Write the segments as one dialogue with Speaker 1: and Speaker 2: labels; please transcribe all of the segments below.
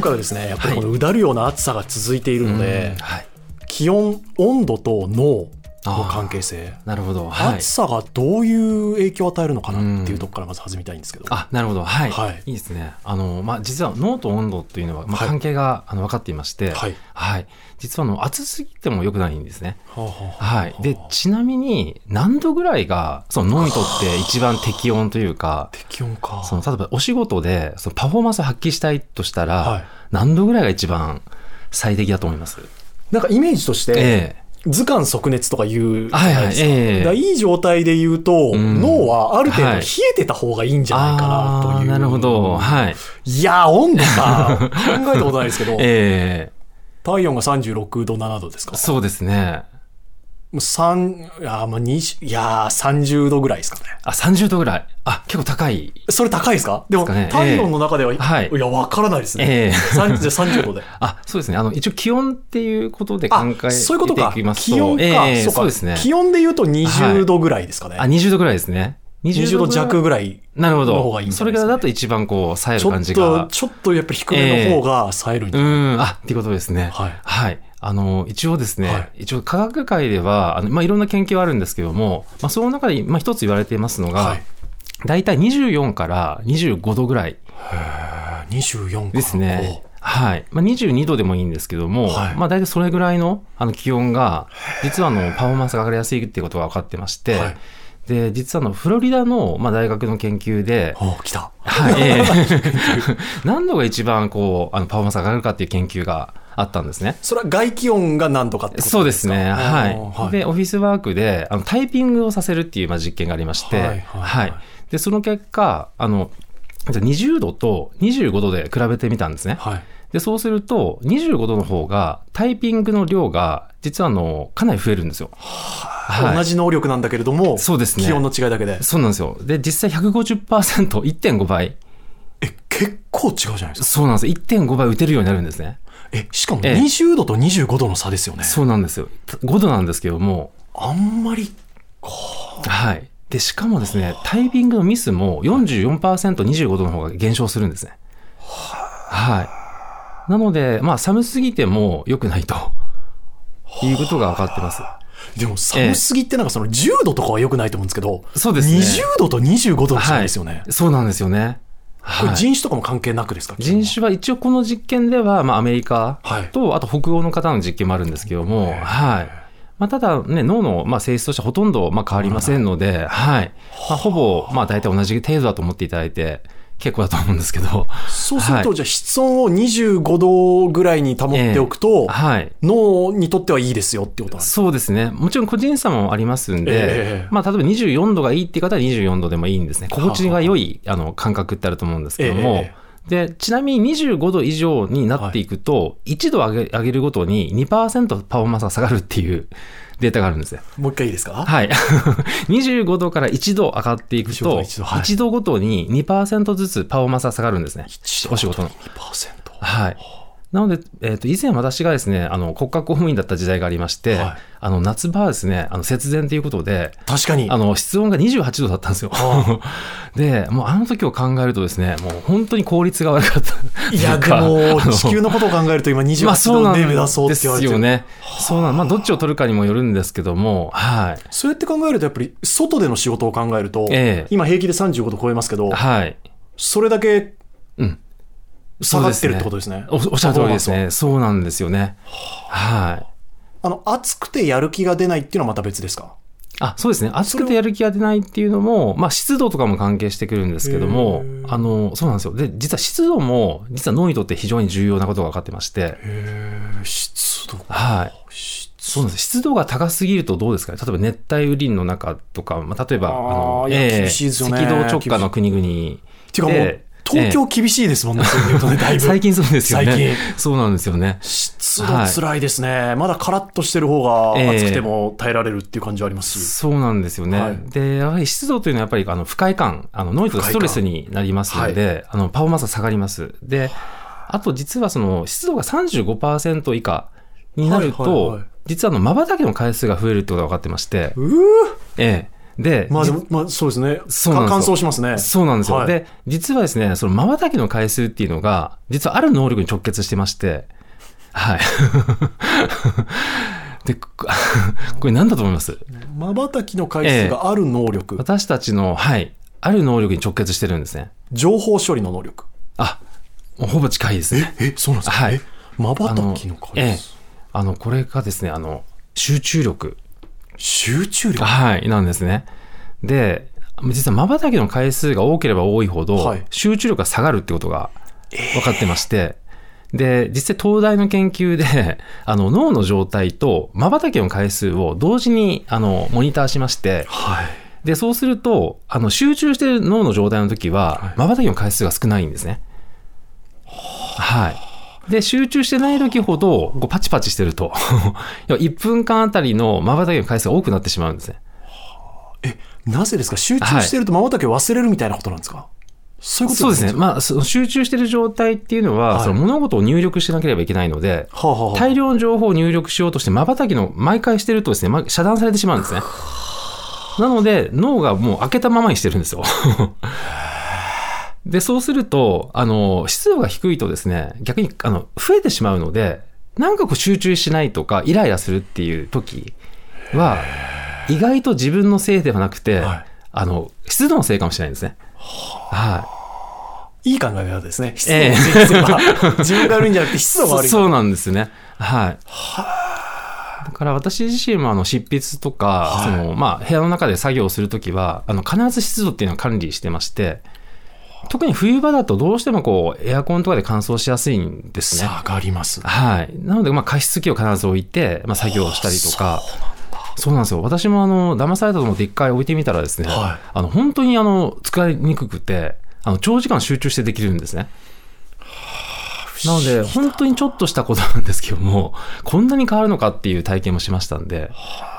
Speaker 1: 回はですねやっぱりこのうだるような暑さが続いているので、
Speaker 2: はい、
Speaker 1: 気温、温度と脳の関係性、
Speaker 2: なるほど、はい
Speaker 1: 暑、さがどういう影響を与えるのかなっていうところからまず始めたいんですけど、
Speaker 2: あなるほど、はい、
Speaker 1: はい
Speaker 2: い、いですね、あのまあ、実は脳と温度っていうのは、ま
Speaker 1: は
Speaker 2: あ、
Speaker 1: い
Speaker 2: 関係が、あの分かっていまして、
Speaker 1: は
Speaker 2: はいい実はあの暑すぎても良くないんですね。
Speaker 1: はあはあはあ
Speaker 2: はい、でちなみに、何度ぐらいがその脳にとって一番適温というか、
Speaker 1: 適温か。
Speaker 2: その例えばお仕事でそのパフォーマンスを発揮したいとしたら、
Speaker 1: はい
Speaker 2: 何度ぐらいが一番最適だと思います
Speaker 1: なんかイメージとして、
Speaker 2: え
Speaker 1: 図鑑即熱とかいうじゃ
Speaker 2: はい
Speaker 1: な
Speaker 2: はい
Speaker 1: いですか。
Speaker 2: ええ
Speaker 1: だからいい状態で言うと、
Speaker 2: うん
Speaker 1: 脳はある程度
Speaker 2: は
Speaker 1: 冷
Speaker 2: い
Speaker 1: えてた方がいいんじゃないかなという。
Speaker 2: あーなるほど。はい。
Speaker 1: いやー、温度 か。考えたことないですけど、
Speaker 2: え
Speaker 1: 体温が36度、7度です
Speaker 2: え
Speaker 1: か。
Speaker 2: そうですね。
Speaker 1: もう3、いやー、まあ、20いやー、30度ぐらいですかね。
Speaker 2: あ、30度ぐらい。あ、結構高い。
Speaker 1: それ高いですかでも、
Speaker 2: ですかね
Speaker 1: 体温の中では、
Speaker 2: はい
Speaker 1: いや、わからないですね。
Speaker 2: ええ
Speaker 1: 三じゃあ30度で。
Speaker 2: あ、そうですね。あの、一応気温っていうことで考えて
Speaker 1: あ、
Speaker 2: い
Speaker 1: そういうことか
Speaker 2: き。ますと。
Speaker 1: 気温か、
Speaker 2: ええ
Speaker 1: そうか
Speaker 2: そうですね。
Speaker 1: 気温で言うと20度ぐらいですかね。
Speaker 2: あ、20度ぐらいですね。
Speaker 1: 20度
Speaker 2: ぐらい
Speaker 1: 弱。ぐらい。
Speaker 2: なるほ
Speaker 1: の方が
Speaker 2: ど。
Speaker 1: いいんじゃ
Speaker 2: そ
Speaker 1: ない
Speaker 2: れ
Speaker 1: ですかね
Speaker 2: がだと一番こう、冴え
Speaker 1: ち
Speaker 2: る
Speaker 1: ょ
Speaker 2: 感
Speaker 1: っ
Speaker 2: じ
Speaker 1: と
Speaker 2: が、。
Speaker 1: ちょっとやっぱ低めの方が冴えるん
Speaker 2: う
Speaker 1: じゃない
Speaker 2: ん、あ、っていうことですね。
Speaker 1: はい
Speaker 2: はい。あの、一応ですね、
Speaker 1: はい
Speaker 2: 一応科学界では、あの、まあ、いろんな研究はあるんですけども、まあ、その中で、まあ、一つ言われていますのが、
Speaker 1: はい
Speaker 2: 大体24から25度ぐらい
Speaker 1: あ24か。
Speaker 2: ですね。はい。まあ、22度でもいいんですけども、
Speaker 1: はい
Speaker 2: まあ、大体それぐらいの、あの、気温が、実は、あの、パフォーマンスが上がりやすいっていうことが分かってまして、
Speaker 1: はい
Speaker 2: で、実は、あの、フロリダの、まあ、大学の研 究で、
Speaker 1: おお来た。
Speaker 2: はい。ええ 何度が一番、こう、あの、パフォーマンスが上がるかっていう研究があったんですね。
Speaker 1: それは外気温が何度かってこと
Speaker 2: そうですね。
Speaker 1: か
Speaker 2: は
Speaker 1: あ
Speaker 2: い。
Speaker 1: ー
Speaker 2: で、オフィスワークで、あの、タイピングをさせるっていう、まあ、実験がありまして、
Speaker 1: はい
Speaker 2: は
Speaker 1: はい
Speaker 2: い、
Speaker 1: はい
Speaker 2: で、その結果、あの、じゃあ20度と25度で比べてみたんですね。
Speaker 1: はい。
Speaker 2: で、そうすると、25度の方が、タイピングの量が、実はあの、かなり増えるんですよ。はい
Speaker 1: 同じ能力なんだけれども、
Speaker 2: そうですね
Speaker 1: 気温の違いだけで。
Speaker 2: そうなんですよ。で、実際150%、1.5倍。
Speaker 1: え、結構違うじゃないですか。
Speaker 2: そうなんですよ。1.5倍打てるようになるんですね。
Speaker 1: え、しかも
Speaker 2: ええ
Speaker 1: 20度と25度の差ですよね。
Speaker 2: そうなんですよ。5度なんですけども、
Speaker 1: あんまり、
Speaker 2: はい。で、しかもですね、タイピングのミスも44%、25度の方が減少するんですね。はい。なので、まあ、寒すぎても良くないと。いうことが分かってます。
Speaker 1: でも寒すぎってなんかその10度とかは良くないと思うんですけど、
Speaker 2: そうですね。
Speaker 1: 20度と25度の
Speaker 2: は
Speaker 1: 差
Speaker 2: い
Speaker 1: ですよね。
Speaker 2: そうなんですよね。
Speaker 1: こ
Speaker 2: は
Speaker 1: れ
Speaker 2: い
Speaker 1: 人種とかも関係なくですか
Speaker 2: 人種は一応この実験では、まあ、アメリカ
Speaker 1: はい
Speaker 2: と、あと北欧の方の実験もあるんですけども、はい。まあ、ただね、脳のまあ性質としてはほとんどまあ変わりませんので、はい。まあ、ほぼ、まあ大体同じ程度だと思っていただいて、結構だと思うんですけど、
Speaker 1: そうすると、
Speaker 2: はい
Speaker 1: じゃあ室温を25度ぐらいに保っておくと、
Speaker 2: はい。
Speaker 1: 脳にとってはいいですよってことなんです。
Speaker 2: そうですね。もちろん個人差もありますんで、
Speaker 1: ええ
Speaker 2: まあ、例えば24度がいいっていう方は24度でもいいんですね。心地が良いあの感覚ってあると思うんですけども、
Speaker 1: え
Speaker 2: で、ちなみに25度以上になっていくと、1度上げ上げるごとに2%パフォーマンスが下がるっ ていうデータがあるんですよ。
Speaker 1: もう一回いいですか
Speaker 2: はい。25度から1度上がっていく
Speaker 1: 25度
Speaker 2: と、
Speaker 1: 一度はい
Speaker 2: 1度ごとに2%ずつパフォーマンスが下がるんですね。お仕事の。
Speaker 1: 2%。
Speaker 2: はい。なので、えっ、と、以前私がですね、あの、国家公務員だった時代がありまして、
Speaker 1: はい
Speaker 2: あの、夏場はですね、あの、節電ということで、
Speaker 1: 確かに。
Speaker 2: あの、室温が28度だったんですよ。 で、もうあの時を考えるとですね、もう本当に効率が悪かった。
Speaker 1: いや、で
Speaker 2: とうか
Speaker 1: も、
Speaker 2: あの
Speaker 1: 地球のことを考えると今
Speaker 2: まあ
Speaker 1: 28
Speaker 2: そう
Speaker 1: 度
Speaker 2: なん
Speaker 1: で目指そうって言われて
Speaker 2: です
Speaker 1: る。
Speaker 2: よね。そうなん、まあどっちを取るかにもよるんですけども、はい。
Speaker 1: そうやって考えると、やっぱり外での仕事を考えると、
Speaker 2: ええ
Speaker 1: 今平気で35度超えますけど、
Speaker 2: はい。
Speaker 1: それだけ
Speaker 2: うん。
Speaker 1: 下がってるってこと
Speaker 2: で
Speaker 1: ですね。
Speaker 2: すね。おおっしゃる通りです
Speaker 1: パフォーマンスは。
Speaker 2: ね。そうなんですよね。はい。
Speaker 1: あの、暑くてやる気が出ないっていうのはまた別ですか
Speaker 2: あそうですね、暑くてやる気が出ないっていうのも、まあ、湿度とかも関係してくるんですけども
Speaker 1: へー、
Speaker 2: あのそうなんですよ、で実は湿度も、実は脳にとって非常に重要なことが分かってまして、
Speaker 1: 湿度。
Speaker 2: はい、そうなんです湿度が高すぎるとどうですかね、例えば熱帯雨林の中とか、まあ、例えば、
Speaker 1: あー
Speaker 2: の
Speaker 1: いや厳しいですよね
Speaker 2: 赤道直下の国々。
Speaker 1: ていうかもう
Speaker 2: で、
Speaker 1: 東京厳しいですもんね、そういうことね、だいぶ。
Speaker 2: 最近そうですよね。
Speaker 1: 最近
Speaker 2: そうなんですよね。
Speaker 1: 湿度つらいですね、まだカラッとしてる方が
Speaker 2: ええ
Speaker 1: 暑くても耐えられるっていう感じはありますし、
Speaker 2: そうなんですよね。
Speaker 1: はい
Speaker 2: で、やはり湿度というのはやっぱりあの不快感、あのノイズがストレスになりますので、あのパフォーマンスが下がります。で、あと実はその湿度が35%以下になると、
Speaker 1: はいはいはい
Speaker 2: 実はあの瞬きの回数が増えるってことが分かってまして、
Speaker 1: うー
Speaker 2: ええ。で、
Speaker 1: まあでも、まあそうですね。
Speaker 2: そうなんですよ
Speaker 1: か乾燥しますね。
Speaker 2: そうなんですよ。
Speaker 1: はい
Speaker 2: で、実はですね、その瞬きの回数っていうのが、実はある能力に直結してまして、はい。 で、こ これ何だと思います
Speaker 1: 瞬きの回数がある能力、
Speaker 2: 私たちの、はい、ある能力に直結してるんですね。
Speaker 1: 情報処理の能力。
Speaker 2: あ、もうほぼ近いですね。
Speaker 1: え、そうなんですか
Speaker 2: はい
Speaker 1: え瞬きの
Speaker 2: え
Speaker 1: 回
Speaker 2: え
Speaker 1: 数。
Speaker 2: あの、これがですね、あの、集中力。
Speaker 1: 集中力
Speaker 2: はい、なんですね。で、実は瞬きの回数が多ければ多いほど、
Speaker 1: はい
Speaker 2: 集中力が下がるってことが分かってまして、で、実際東大の研究で、あの、脳の状態と瞬きの回数を同時に、あの、モニターしまして、
Speaker 1: はい。
Speaker 2: で、そうすると、あの、集中してる脳の状態の時は、瞬きの回数が少ないんですね。はい。で、集中してない時ほど、こうパチパチしてると、1分間あたりの瞬きの回数が多くなってしまうんですね。
Speaker 1: なぜですか集中してると瞬きを忘れるみたいなことなんですかそういうこと
Speaker 2: そうですね。まあ、その集中してる状態っていうのは、
Speaker 1: はい
Speaker 2: その物事を入力しなければいけないので、
Speaker 1: はあはあはあ
Speaker 2: 大量の情報を入力しようとして、瞬きの毎回してるとですね、ま、遮断されてしまうんですね。なので、脳がもう開けたままにしてるんですよ。 で、そうすると、あの、湿度が低いとですね、逆に、あの、増えてしまうので、なんかこう集中しないとか、イライラするっていう時は、意外と自分のせいではなくて、
Speaker 1: はい
Speaker 2: あの、湿度のせいかもしれないですね。はい。
Speaker 1: いい考え方ですね。湿度
Speaker 2: ええ
Speaker 1: を追求すれば、 自分が悪いんじゃなくて湿度が悪い。
Speaker 2: そ
Speaker 1: は
Speaker 2: そうなんですね。はい。だから私自身もあの執筆とか、
Speaker 1: はい
Speaker 2: そのまあ、部屋の中で作業をするときはあの必ず湿度っていうのを管理してまして特に冬場だとどうしてもこうエアコンとかで乾燥しやすいんですね。
Speaker 1: 下がります。
Speaker 2: はい、なのでまあ加湿器を必ず置いて、まあ、作業をしたりとか。そうなんですよ私もあの騙されたと思って一回置いてみたらですね、
Speaker 1: はい
Speaker 2: あの本当にあの使いにくくてあの長時間集中してできるんですね。なので、本当にちょっとしたことなんですけども、こんなに変わるのかっていう体験もしましたんで、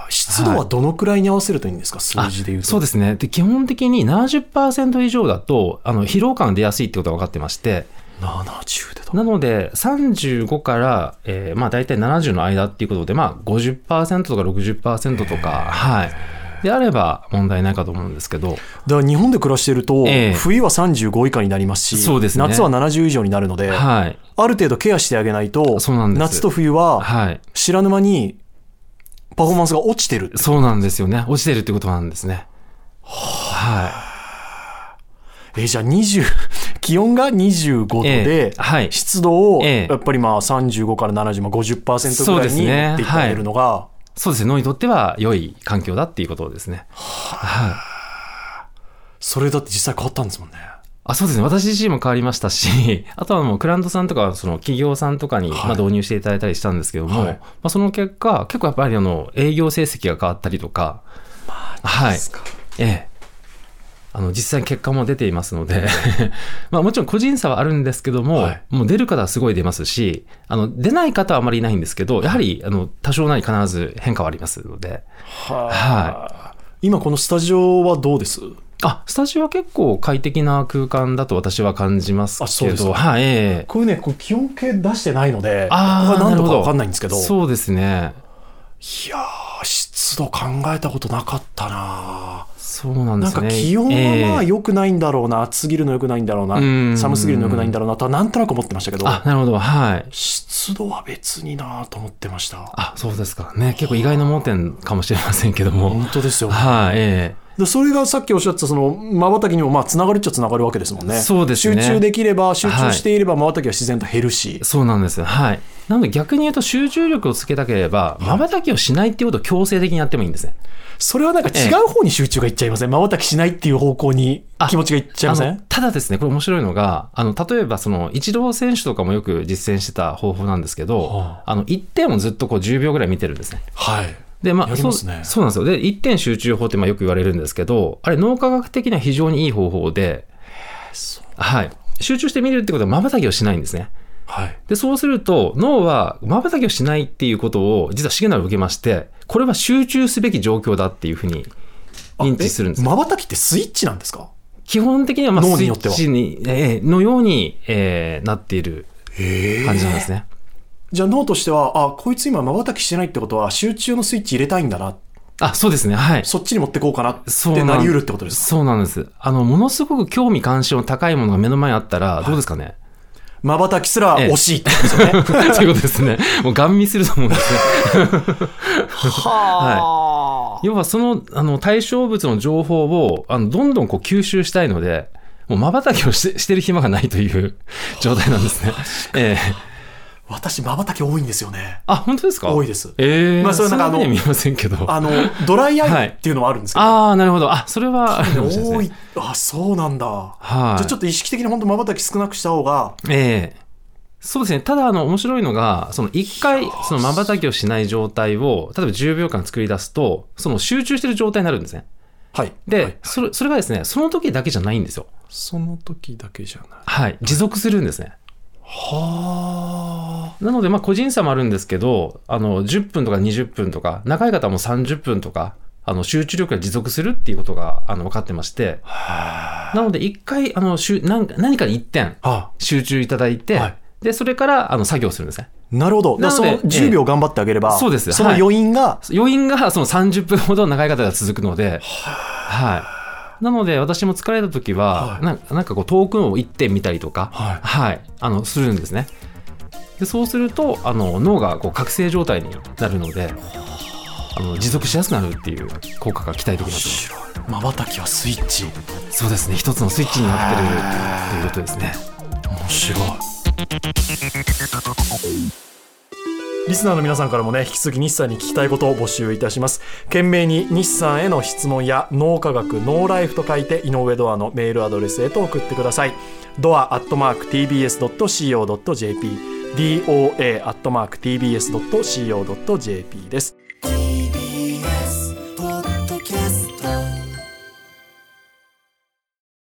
Speaker 1: 湿度はどのくらいに合わせるといいんですか数字で言うと。
Speaker 2: そうですね。で、基本的に70%以上だと、あの、疲労感が出やすいってことが分かってまして、
Speaker 1: 70でと。
Speaker 2: なので、35から、えーまあ、大体70の間っていうことで、まあ、50%とか60%とか、はい。であれば問題ないかと思うんですけど、
Speaker 1: だから日本で暮らしてると、
Speaker 2: ええ
Speaker 1: 冬は35以下になりますし、
Speaker 2: そうですね
Speaker 1: 夏は70以上になるので、
Speaker 2: はい。
Speaker 1: ある程度ケアしてあげないと、
Speaker 2: そうなんです
Speaker 1: 夏と冬は
Speaker 2: はい。
Speaker 1: 知らぬ間にパフォーマンスが落ちてる。
Speaker 2: そうなんですよね。落ちてるってことなんですね。は
Speaker 1: え、じゃあ20、気 温が25度
Speaker 2: い。え
Speaker 1: で、
Speaker 2: ーはい。
Speaker 1: 湿度を
Speaker 2: ええ
Speaker 1: やっぱりまあ35から70、まあ、50%
Speaker 2: そ
Speaker 1: ぐ
Speaker 2: う
Speaker 1: ら
Speaker 2: で
Speaker 1: い
Speaker 2: す
Speaker 1: に
Speaker 2: ね
Speaker 1: 持っていってあげるのが、
Speaker 2: そうですね、脳にとっては良い環境だっていうことですね。はい。
Speaker 1: それだって実際変わったんですもんね。
Speaker 2: あそうですね。私自身も変わりましたし、 あとはもうクランドさんとか、その企業さんとかに
Speaker 1: はい
Speaker 2: まあ導入していただいたりしたんですけども、
Speaker 1: はい
Speaker 2: まあ、その結果、結構やっぱりあの、営業成績が変わったりとか、はい。ええ。あの、実際に結果も出ていますので、 まあもちろん個人差はあるんですけども、
Speaker 1: はい
Speaker 2: もう出る方はすごい出ますし、あの、出ない方はあまりいないんですけど、やはり、あの、多少なり必ず変化はありますので、
Speaker 1: はい。今このスタジオはどうです
Speaker 2: あ、スタジオは結構快適な空間だと私は感じます
Speaker 1: あそう
Speaker 2: け
Speaker 1: です
Speaker 2: ど、
Speaker 1: か
Speaker 2: はい、ええ
Speaker 1: こういうね、こう気温計出してないので、
Speaker 2: あー
Speaker 1: ここが何度
Speaker 2: なるほ
Speaker 1: か
Speaker 2: ど
Speaker 1: 分かんないんですけど、
Speaker 2: そうですね。
Speaker 1: いやー、湿度考えたことなかったな
Speaker 2: そうなんで
Speaker 1: なん
Speaker 2: す
Speaker 1: か
Speaker 2: ね。
Speaker 1: 気温はまあ
Speaker 2: ええ
Speaker 1: 良くないんだろうな、暑すぎるの良くないんだろう
Speaker 2: う
Speaker 1: な、
Speaker 2: ん
Speaker 1: 寒すぎるの良くないんだろうなとはなんとなく思ってましたけど、
Speaker 2: あ、なるほど、はい。
Speaker 1: 湿度は別になと思ってました。
Speaker 2: あ、そうですか。ね、結構意外な盲点かもしれませんけども。
Speaker 1: 本当ですよ。
Speaker 2: はい、え
Speaker 1: でそれがさっきおっしゃってたその瞬きにもまあつながるっちゃつながるわけですもんね。
Speaker 2: そうですね
Speaker 1: 集中できれば集中していれば瞬きは自然と減るし
Speaker 2: え。そうなんですよ。はい。なので逆に言うと集中力をつけたければ、瞬きをしないっていうことを強制的にやってもいいんですね。
Speaker 1: それはなんか違う方に集中がいっちゃいません。瞬きしないっていう方向に
Speaker 2: あ
Speaker 1: 気持ちがいっちゃいませ
Speaker 2: あの
Speaker 1: ん。
Speaker 2: ただですね、これ面白いのが、あの、例えばその、イチロー選手とかもよく実践してた方法なんですけど、
Speaker 1: は
Speaker 2: あの、1点をずっとこう10秒ぐらい見てるんですね。
Speaker 1: はい。
Speaker 2: で、まあ、
Speaker 1: やりますね
Speaker 2: そうそうなんですよ。で、一点集中法ってまあよく言われるんですけど、あれ、脳科学的には非常にいい方法で、はい。集中して見れるってことは、瞬きをしないんですね。
Speaker 1: はい。
Speaker 2: で、そうすると、脳は瞬きをしないっていうことを、実はシグナルを受けまして、これは集中すべき状況だっていうふうに認知するんですよ。
Speaker 1: まばたきってスイッチなんですか
Speaker 2: 基本的には、まあ、
Speaker 1: 脳
Speaker 2: ス
Speaker 1: に
Speaker 2: イ
Speaker 1: よ
Speaker 2: ッ
Speaker 1: っては
Speaker 2: チに、えーのように、えーなっている
Speaker 1: え
Speaker 2: 感じなんですね。
Speaker 1: じゃあ脳としては、あ、こいつ今瞬きしてないってことは集中のスイッチ入れたいんだなっ
Speaker 2: あ、そうですね。はい。
Speaker 1: そっちに持ってこうかなっ
Speaker 2: そう
Speaker 1: て
Speaker 2: ん
Speaker 1: なり得るってことですか
Speaker 2: そうなんです。あの、ものすごく興味関心の高いものが目の前にあったら、どうですかね。
Speaker 1: 瞬きすら惜しいってことですよね。
Speaker 2: ということですね。もう、ガン見すると思うんですね。
Speaker 1: は
Speaker 2: 要は、その、あの、対象物の情報を、あの、どんどんこう吸収したいので、もう、瞬きをしてしてる暇がないという状態なんですね。ええ
Speaker 1: あ。私、瞬き多いんですよね。
Speaker 2: あ、本当ですか
Speaker 1: 多いです
Speaker 2: ええ
Speaker 1: まあそれは
Speaker 2: そ
Speaker 1: なんんか
Speaker 2: な
Speaker 1: あの
Speaker 2: には見えませんけど。
Speaker 1: あの、ドライア
Speaker 2: はい
Speaker 1: イっていうのはあるんですけど。
Speaker 2: ああ、なるほど。あ、それは、あるかもしれない
Speaker 1: 多
Speaker 2: ですね
Speaker 1: い。あ、そうなんだ。
Speaker 2: はい。
Speaker 1: じゃあちょっと意識的に本当瞬き少なくした方が、
Speaker 2: ええそうですね。ただ、あの、面白いのが、その、一回、その、瞬きをしない状態を、例えば10秒間作り出すと、その、集中してる状態になるんですね。
Speaker 1: はい。
Speaker 2: で、
Speaker 1: はい
Speaker 2: それ、それがですね、その時だけじゃないんですよ。
Speaker 1: その時だけじゃない。
Speaker 2: はい。持続するんですね。
Speaker 1: はあ。
Speaker 2: なので、まあ、個人差もあるんですけど、あの、10分とか20分とか、長い方はもう30分とか、あの、集中力が持続するっていうことが、あの、分かってまして、なので、一回、あの、集何何かに一点、
Speaker 1: あ
Speaker 2: 集中いただいて、
Speaker 1: はい
Speaker 2: で、それから、あの、作業するんですね。
Speaker 1: なるほど。だからそ
Speaker 2: な
Speaker 1: の
Speaker 2: ので
Speaker 1: 10秒頑張ってあげれば、
Speaker 2: ええそうです
Speaker 1: その
Speaker 2: はい
Speaker 1: 余韻が、
Speaker 2: 余韻がその30分ほど長い方が続くので、はい。なので、私も疲れた時
Speaker 1: は
Speaker 2: は、
Speaker 1: い
Speaker 2: なんかなんかこう、遠くを一点見たりとか、
Speaker 1: はい
Speaker 2: あの、するんですね。で、そうすると、あの、脳がこう、覚醒状態になるので、あの、持続しやすくなるっていう効果が期待できます。
Speaker 1: まばたきはスイッチ。
Speaker 2: そうですね。一つのスイッチになってるっていうことですね。
Speaker 1: 面白い。リスナーの皆さんからもね、引き続き日産に聞きたいことを募集いたします。懸命に日産への質問や、脳科学、ノーライフと書いて、井上ドアのメールアドレスへと送ってください。ドアアットマーク TBS.CO.JP、DOA アットマーク TBS.CO.JP です。